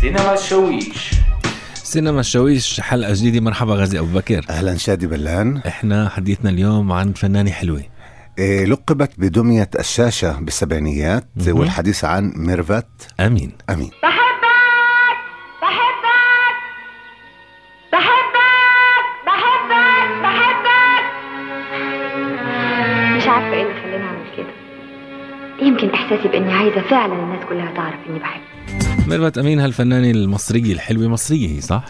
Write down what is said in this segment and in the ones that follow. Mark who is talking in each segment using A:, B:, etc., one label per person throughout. A: سينما الشويش
B: سينما الشويش حلقة جديدة مرحبا غازي أبو بكر
C: اهلا شادي بلان
B: احنا حديثنا اليوم عن فنانة حلوة
C: إيه، لقبت بدمية الشاشة بالسبعينيات
B: مهم.
C: والحديث عن ميرفت
B: أمين
C: أمين
D: بحبك بحبك بحبك بحبك بحبك مش عارفة ايه اللي خلاني اعمل كده يمكن احساسي باني عايزة فعلا الناس كلها تعرف اني بحب
B: ميرفت أمين هالفنانة المصرية الحلوة مصرية هي صح؟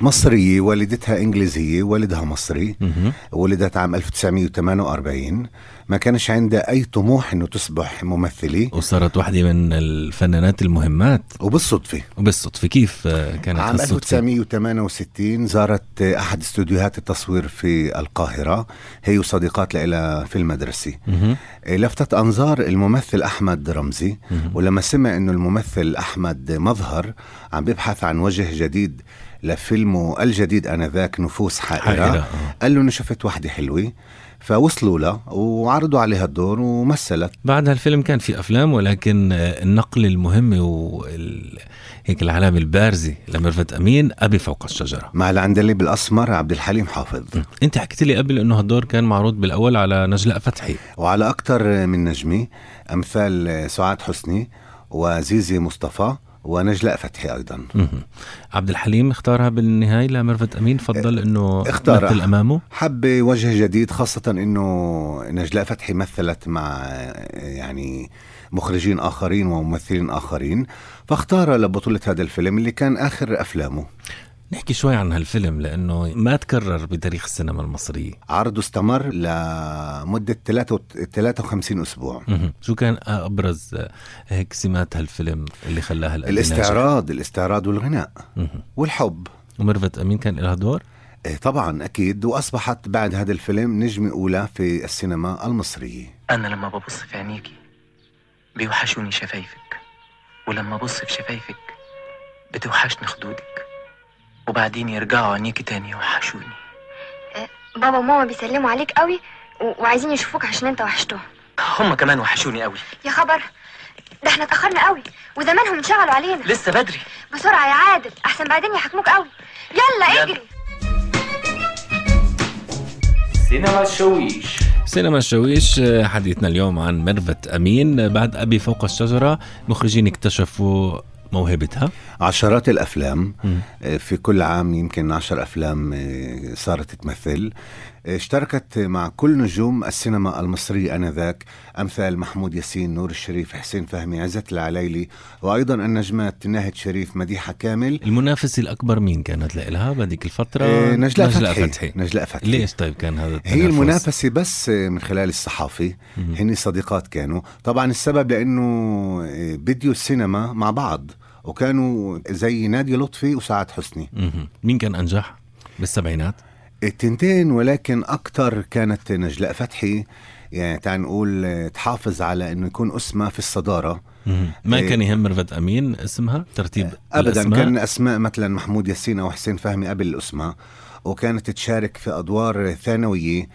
C: مصرية والدتها إنجليزية والدها مصري
B: مهم.
C: ولدت عام 1948 ما كانش عندها أي طموح أنه تصبح ممثلة
B: وصارت واحدة من الفنانات المهمات
C: وبالصدفة
B: وبالصدفة كيف آه، كانت
C: عام
B: هالصدفة؟
C: 1968 زارت أحد استوديوهات التصوير في القاهرة هي وصديقات لها في المدرسة إيه،
B: مهم.
C: لفتت أنظار الممثل أحمد رمزي
B: مهم.
C: ولما سمع انه الممثل احمد مظهر عم بيبحث عن وجه جديد لفيلمه الجديد انذاك نفوس حائره,
B: حائرة
C: حائرة.
B: آه.
C: قال له انه شفت وحده حلوه فوصلوا لها وعرضوا عليها الدور ومثلت
B: بعد هالفيلم كان في أفلام ولكن آه، النقلة المهمة وال... هيك العلامة البارزة لميرفت أمين أبي فوق الشجرة
C: مع العندليب الاسمر عبد الحليم حافظ
B: انت حكيت لي قبل انه هالدور كان معروض بالاول على نجلاء فتحي
C: وعلى اكثر من نجمه امثال سعاد حسني وزيزي مصطفى ونجلاء فتحي ايضا
B: مهم. عبد الحليم اختارها بالنهاية لميرفت أمين فضل انه
C: إيه، اختارها.
B: مثل أمامه
C: حب وجه جديد خاصة انه نجلاء فتحي مثلت مع يعني مخرجين اخرين وممثلين اخرين فاختار لبطولة هذا الفيلم اللي كان اخر افلامه
B: نحكي شوي عن هالفيلم لأنه ما تكرر بتاريخ السينما المصرية
C: عرضه استمر لمدة 53 اسبوع
B: مهم. شو كان أبرز هيك سمات هالفيلم اللي خلاها هالقد
C: الاستعراض الاستعراض والغناء
B: ناجح؟ مهم.
C: والحب
B: وميرفت أمين كان لها دور
C: إيه طبعا اكيد واصبحت بعد هذا الفيلم نجمة اولى في السينما المصرية
E: أنا لما ببص في عينيكي بيوحشوني شفايفك ولما ببص في شفايفك بتوحشني خدودك وبعدين يرجعوا عينيكي تاني يوحشوني
D: بابا وماما بيسلموا عليك قوي و... وعايزين يشوفوك عشان انت وحشتهم
E: هما كمان وحشوني قوي
D: يا خبر ده احنا اتاخرنا قوي وزمانهم انشغلوا علينا
E: لسه بدري
D: بسرعة يا عادل احسن بعدين يحاكموك قوي يلا
E: يلا.
D: اجري
A: سينما الشويش
B: سينما الشويش حديثنا اليوم عن ميرفت أمين بعد أبي فوق الشجرة مخرجين اكتشفوا موهبتها
C: عشرات الافلام
B: مم.
C: في كل عام يمكن عشر أفلام آه، صارت تمثل اشتركت مع كل نجوم السينما المصرية أنذاك أمثال محمود ياسين نور الشريف حسين فهمي عزت العلايلي وأيضا النجمات ناهد شريف مديحة كامل
B: المنافس الأكبر مين كانت لها بديك الفترة
C: آه، نجلاء فتحي.
B: فتحي
C: نجلاء فتحي
B: ليش طيب كان هذا
C: هي
B: التنافس؟
C: المنافسة بس آه، من خلال الصحافة
B: مم.
C: هن صديقات كانوا طبعا السبب لأنه بديوا السينما مع بعض وكانوا زي نادية لطفي وسعاد حسني
B: مهم. مين كان انجح بالسبعينات
C: التنتين ولكن اكتر كانت نجلاء فتحي يعني تعال نقول آه، تحافظ على انه يكون اسمها في الصداره
B: مهم. ما
C: إيه.
B: كان يهم ميرفت امين اسمها ترتيب
C: ابدا
B: الأسماء.
C: كان اسماء مثلا محمود ياسين او حسين فهمي قبل الاسماء وكانت تشارك في ادوار ثانويه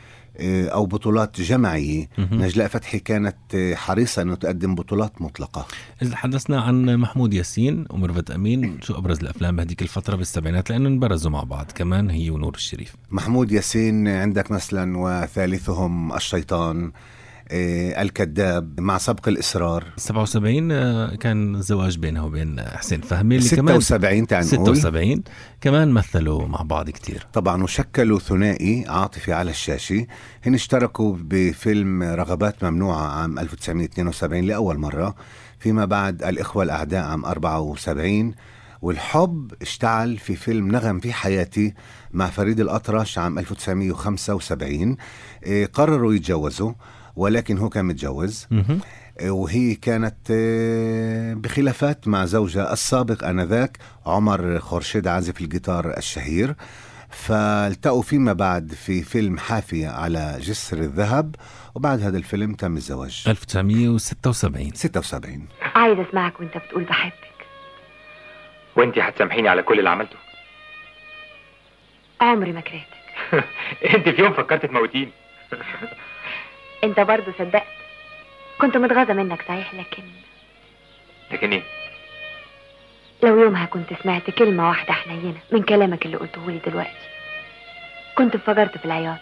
C: آه، او بطولات جمعيه
B: مهم.
C: نجلاء فتحي كانت آه، حريصه انه تقدم بطولات مطلقه
B: اذا تحدثنا عن محمود ياسين وميرفت امين شو ابرز الافلام بهديك الفتره بالسبعينات لانهم انبرزوا مع بعض كمان هي ونور الشريف
C: محمود ياسين عندك مثلا وثالثهم الشيطان آه، الكذاب مع سبق الاصرار
B: 77 آه، كان زواج بينها وبين حسين فهمي اللي كمان
C: 76 تعال نقول
B: 76 كمان مثلوا مع بعض كتير
C: طبعا وشكلوا ثنائي عاطفي على الشاشة هن اشتركوا بفيلم رغبات ممنوعة عام 1972 لأول مرة فيما بعد الإخوة الأعداء عام 74 والحب اشتعل في فيلم نغم في حياتي مع فريد الأطرش عام 1975 إيه، قرروا يتجوزوا ولكن هو كان متجوز
B: مهم.
C: إيه، وهي كانت إيه، بخلافات مع زوجها السابق انذاك عمر خورشيد عازف الجيتار الشهير فالتقوا فيما بعد في فيلم حافية على جسر الذهب وبعد هذا الفيلم تم الزواج
B: 1976
C: 76
D: عايز اسمعك وانت بتقول بحبك
F: وانت هتسامحيني على كل اللي عملته
D: عمري ما كرهتك
F: انت في يوم فكرت تموتيني
D: انت برضه صدقت
F: إيه؟
D: كنت متغاظه منك صحيح لكن
F: لكن ايه
D: لو يومها كنت سمعت كلمة واحدة حنينة من كلامك اللي قلته لي دلوقتي كنت انفجرت في العياط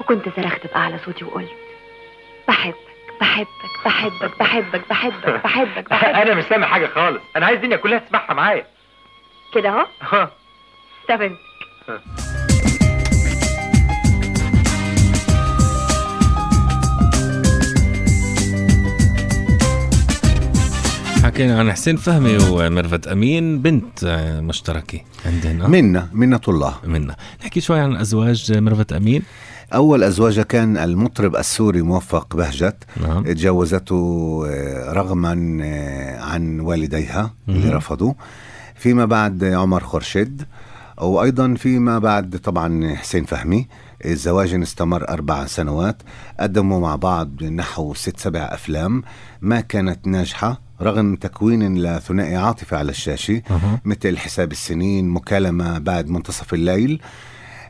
D: وكنت صرخت بأعلى صوتي وقلت بحبك بحبك بحبك بحبك بحبك بحبك بحبك
F: انا مش سامع حاجه خالص انا عايز الدنيا كلها تسمعها معايا
D: كده اهو
F: ها
D: طب انت
B: حكينا عن حسين فهمي وميرفت امين بنت آه، مشتركه عندنا
C: منا منة الله
B: منا نحكي شوي عن ازواج ميرفت امين
C: أول أزواجها كان المطرب السوري موفق بهجت
B: نعم
C: اتجوزته آه، رغما آه، عن والديها اللي
B: مهم.
C: رفضوا فيما بعد عمر خرشد وأيضا فيما بعد طبعا حسين فهمي الزواج استمر أربع سنوات قدموا مع بعض نحو ست سبع أفلام ما كانت ناجحة رغم تكوين لثنائي عاطفة على الشاشة
B: أها.
C: مثل حساب السنين مكالمة بعد منتصف الليل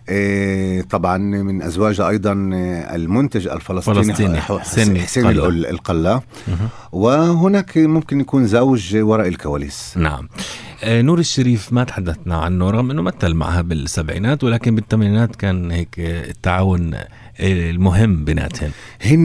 C: إيه طبعا من أزواجها أيضا آه، المنتج الفلسطيني
B: فلسطيني
C: ح-
B: حسين
C: حسين
B: القلا.
C: القل- القلا
B: مهم.
C: وهناك ممكن يكون زوج وراء الكواليس
B: نعم آه، نور الشريف ما تحدثنا عنه رغم انه مثل معها بالسبعينات ولكن بالثمانينات كان هيك آه، التعاون آه، المهم بيناتهم
C: هن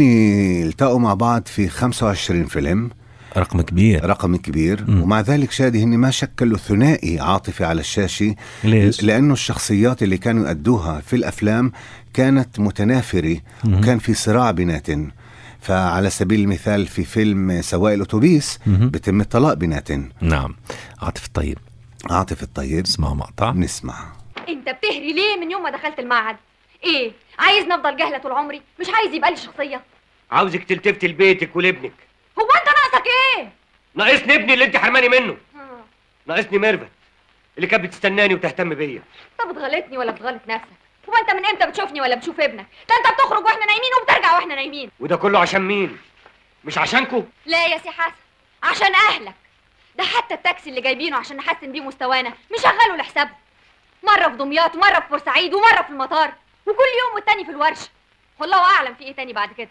C: التقوا مع بعض في 25 فيلم
B: رقم كبير
C: رقم كبير
B: مم.
C: ومع ذلك شادي هن ما شكلوا ثنائي عاطفي على الشاشة
B: ليش؟
C: لأنه الشخصيات اللي كانوا يأدوها في الأفلام كانت متنافرة
B: مهم.
C: وكان في صراع بيناتن فعلى سبيل المثال في فيلم سواق الأتوبيس
B: مهم.
C: بتم الطلاق بيناتن
B: نعم عاطف الطيب
C: عاطف الطيب
B: اسمعوا مقطع
C: نسمع
G: انت بتهري ليه من يوم ما دخلت المعهد ايه عايز افضل جاهله طول عمري مش عايز يبقى لي شخصيه
H: عاوزك تلتفتي لبيتك ولابنك
G: هو انت ناقصك ايه
H: ناقصني ابني اللي انت حرماني منه
G: آه،
H: ناقصني ميرفت اللي كانت بتستناني وتهتم بيا
G: انت بتغلطني ولا بتغلط نفسك هو انت من امتى بتشوفني ولا بتشوف ابنك ده انت بتخرج واحنا نايمين وبترجع واحنا نايمين
H: وده كله عشان مين مش عشانكو
G: لا يا سي حسن عشان اهلك ده حتى التاكسي اللي جايبينه عشان نحسن بيه مستوانا مشغله لحسابهم مره في دمياط ومره في بورسعيد ومره في المطار وكل يوم والتاني في الورشه والله اعلم في ايه تاني بعد كده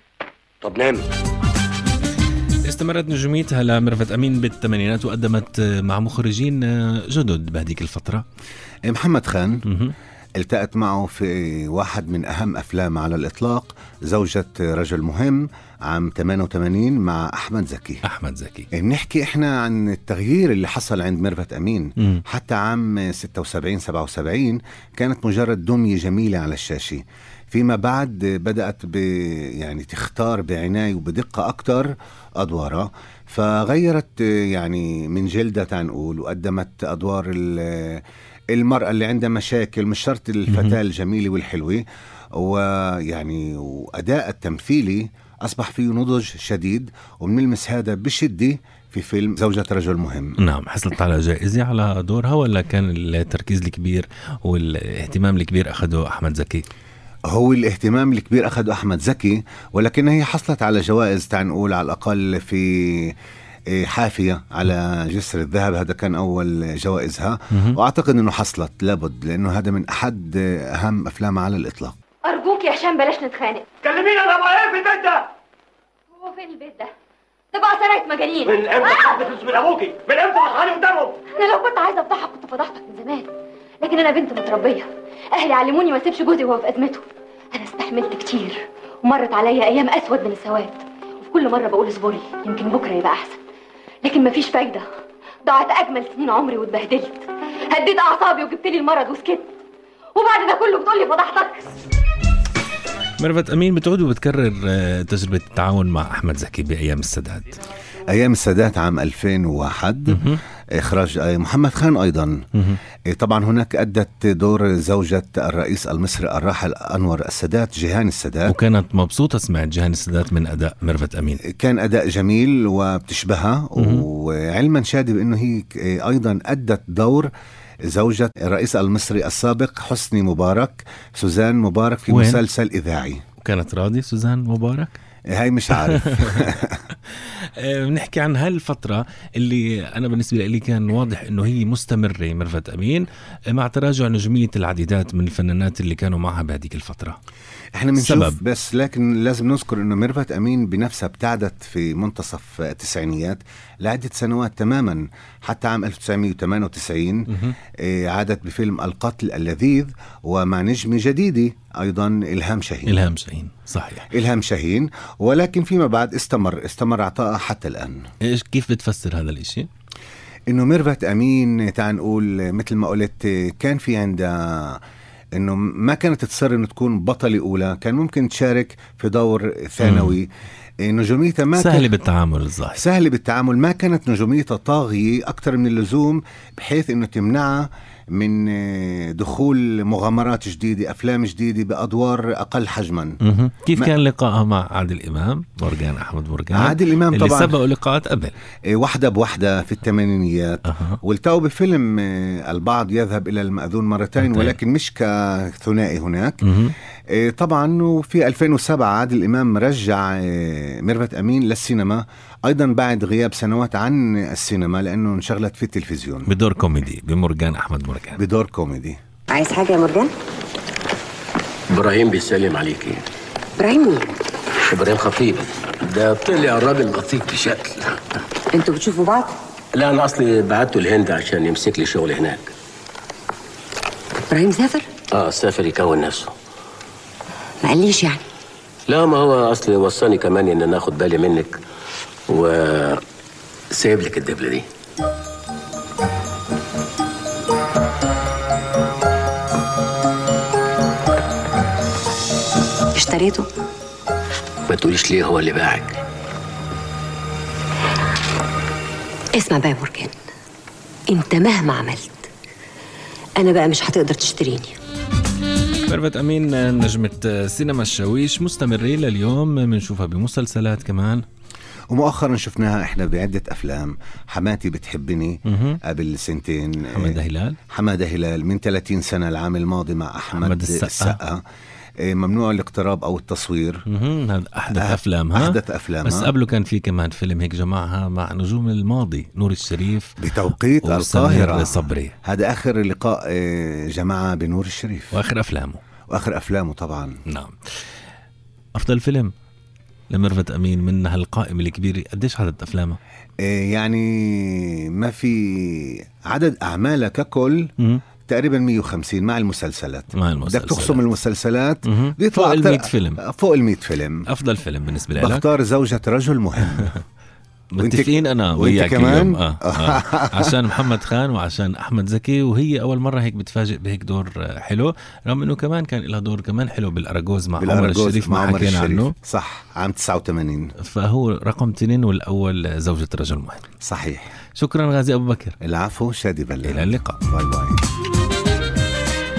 H: طب نام
B: استمرت نجوميتها لميرفت امين بالثمانينات وقدمت آه، مع مخرجين آه، جدد بهديك الفتره
C: إيه، محمد خان
B: مهم.
C: التقت معه في واحد من أهم أفلام على الإطلاق زوجة رجل مهم عام 88 مع أحمد زكي إيه،
B: احمد زكي
C: بنحكي إحنا عن التغيير اللي حصل عند ميرفت أمين
B: مم.
C: حتى عام 76 77 كانت مجرد دمية جميلة على الشاشة فيما بعد بدأت ب يعني تختار بعناية وبدقة أكثر أدوارها فغيرت يعني من جلدها تنقول وقدمت أدوار ال- المرأة اللي عندها مشاكل مش شرط الفتاة الجميلة والحلوة ويعني وأداء التمثيلي أصبح فيه نضج شديد وبنلمس هذا بشدة في فيلم زوجة رجل مهم
B: نعم حصلت على جائزة على دورها ولا كان التركيز الكبير والاهتمام الكبير أخذه أحمد زكي
C: هو الاهتمام الكبير أخذه أحمد زكي ولكن هي حصلت على جوائز تعال نقول على الأقل في إيه، حافية على جسر الذهب هذا كان أول جوائزها
B: مهم.
C: وأعتقد أنه حصلت لابد لأنه هذا من أحد أهم أفلامها على الإطلاق
G: ارجوك يا هشام بلاش نتخانق
H: كلميني انا بقى في ده
G: هو فين البيت ده؟ ده بقى سرقة مجانين
H: من امتى بتسبل ابوكي من امتى بتحاني قدامهم
G: انا لو كنت عايزه افضحك كنت فضحتك من زمان لكن انا بنت متربيه اهلي علموني ما اسيبش جوزي وهو في ازمته انا استحملت كتير ومرت عليا ايام اسود من السواد وفي كل مره بقول اصبري يمكن بكره يبقى احسن لكن مفيش فايده ضاعت اجمل سنين عمري واتبهدلت هديت اعصابي وجبت لي المرض وسكت وبعد ده كله بتقولي فضحتك
B: ميرفت أمين بتعود وبتكرر آه، تجربة التعاون مع أحمد زكي بأيام السادات
C: أيام السادات عام 2001
B: مهم.
C: إخراج آه، محمد خان أيضا
B: مهم.
C: إيه طبعا هناك أدت دور زوجة الرئيس المصري الراحل أنور السادات جيهان السادات
B: وكانت مبسوطة سمعت جهان السادات من أداء ميرفت أمين
C: كان أداء جميل وبتشبهها
B: مهم.
C: وعلما شادي بأنه هي ك- إيه أيضا أدت دور زوجة الرئيس المصري السابق حسني مبارك سوزان مبارك في
B: وين؟
C: مسلسل إذاعي
B: وكانت راضي سوزان مبارك
C: هاي مش عارف
B: آه، بنحكي عن هالفترة اللي أنا بالنسبة لي كان واضح إنه هي مستمرة مرفت أمين آه، مع تراجع نجمية العديدات من الفنانات اللي كانوا معها بهذيك الفترة
C: احنا بنشوف
B: سبب.
C: بس لكن لازم نذكر انه ميرفت امين بنفسها ابتعدت في منتصف التسعينيات لعده سنوات تماما حتى عام 1998 إيه، عادت بفيلم القتل اللذيذ ومع نجم جديد ايضا الهام شاهين
B: إلهام شاهين صحيح
C: الهام شاهين ولكن فيما بعد استمر استمر عطاءها حتى الان
B: إيش كيف بتفسر هذا الإشي؟
C: انه ميرفت امين تعال نقول مثل ما قلت كان في عندها انه ما كانت تصر انه تكون بطله اولى كان ممكن تشارك في دور ثانوي نجوميتها ما
B: سهلة
C: كانت
B: بالتعامل الظاهر
C: سهله بالتعامل ما كانت نجوميتها طاغيه اكثر من اللزوم بحيث انه تمنعها من آه، دخول مغامرات جديدة أفلام جديدة بأدوار أقل حجما
B: مهم. كيف
C: ما-
B: كان لقائها مع عادل امام مورجان احمد مورجان
C: عادل إمام
B: اللي
C: طبعا
B: سبقوا لقاءات قبل
C: آه، واحدة بوحدة في الثمانينيات
B: أها.
C: والتو بفيلم آه، البعض يذهب إلى المأذون مرتين
B: مرتين.
C: ولكن مش كثنائي هناك
B: مهم.
C: إيه، طبعا وفي 2007 عادل امام رجع إيه، ميرفت امين للسينما ايضا بعد غياب سنوات عن السينما لانه انشغلت في التلفزيون
B: بدور كوميدي بمورجان احمد مورجان
C: بدور كوميدي
I: عايز حاجة يا مرجان؟
J: ابراهيم بيسلم عليكي
I: إبراهيم مين؟
J: ابراهيم خطيب ده طلع الراجل لطيف بشكل
I: أنتوا بتشوفوا بعض؟
J: لا انا اصلي بعته الهند عشان يمسك لي شغل هناك
I: إبراهيم سافر؟
J: اه سافر يكون نفسه
I: ما قاليش يعني
J: لا ما هو اصلي وصاني كمان ان انا اخد بالي منك و سايب لك الدبله دي
I: اشتريته؟
J: ما تقوليش ليه هو اللي باعك
I: اسمع بقى يا مرجان أنت مهما عملت أنا بقى مش هتقدر تشتريني
B: ميرفت امين نجمة سينما الشاويش مستمرة لليوم بنشوفها بمسلسلات كمان
C: ومؤخرا شفناها احنا بعده افلام حماتي بتحبني
B: مهم.
C: قبل سنتين إيه،
B: حمادة هلال
C: حماده هلال من 30 سنه العام الماضي مع احمد
B: أحمد السقا.
C: السقا إيه، ممنوع الاقتراب او التصوير
B: مهم. هذا احدث
C: أه-
B: افلامها
C: أحدث أفلامها.
B: بس قبله كان في كمان فيلم هيك جمعها مع نجوم الماضي نور الشريف
C: بتوقيت
B: وسمير
C: القاهره
B: صبري
C: هذا اخر لقاء إيه، جماعه بنور الشريف
B: واخر افلامه
C: واخر افلامه طبعا
B: نعم افضل فيلم لميرفت امين من هالقائمة الكبيرة قديش عدد افلامها؟
C: إيه، يعني ما في عدد اعمالها ككل
B: مهم.
C: تقريبا 150 مع المسلسلات
B: مع
C: بدك
B: المسلسلات
C: تقسم المسلسلات
B: مهم.
C: بيطلع
B: فوق ال
C: أكتر-
B: 100 فيلم
C: فوق ال 100 فيلم
B: افضل فيلم بالنسبه لك
C: بختار زوجة رجل مهم وأنت-
B: متفقين انا
C: وأنت
B: وياك
C: كمان؟
B: اليوم آه. آه. عشان محمد خان وعشان احمد زكي وهي اول مره هيك بتفاجئ بهيك دور آه، حلو رغم انه كمان كان لها دور كمان حلو بالاراجوز مع عمر
C: بالأرجوز
B: الشريف ما حكينا عنه
C: صح عام 89
B: فهو رقم اثنين والاول زوجة رجل مهم
C: صحيح
B: شكرا غازي ابو بكر
C: العفو شادي بلال
B: الى اللقاء
C: باي باي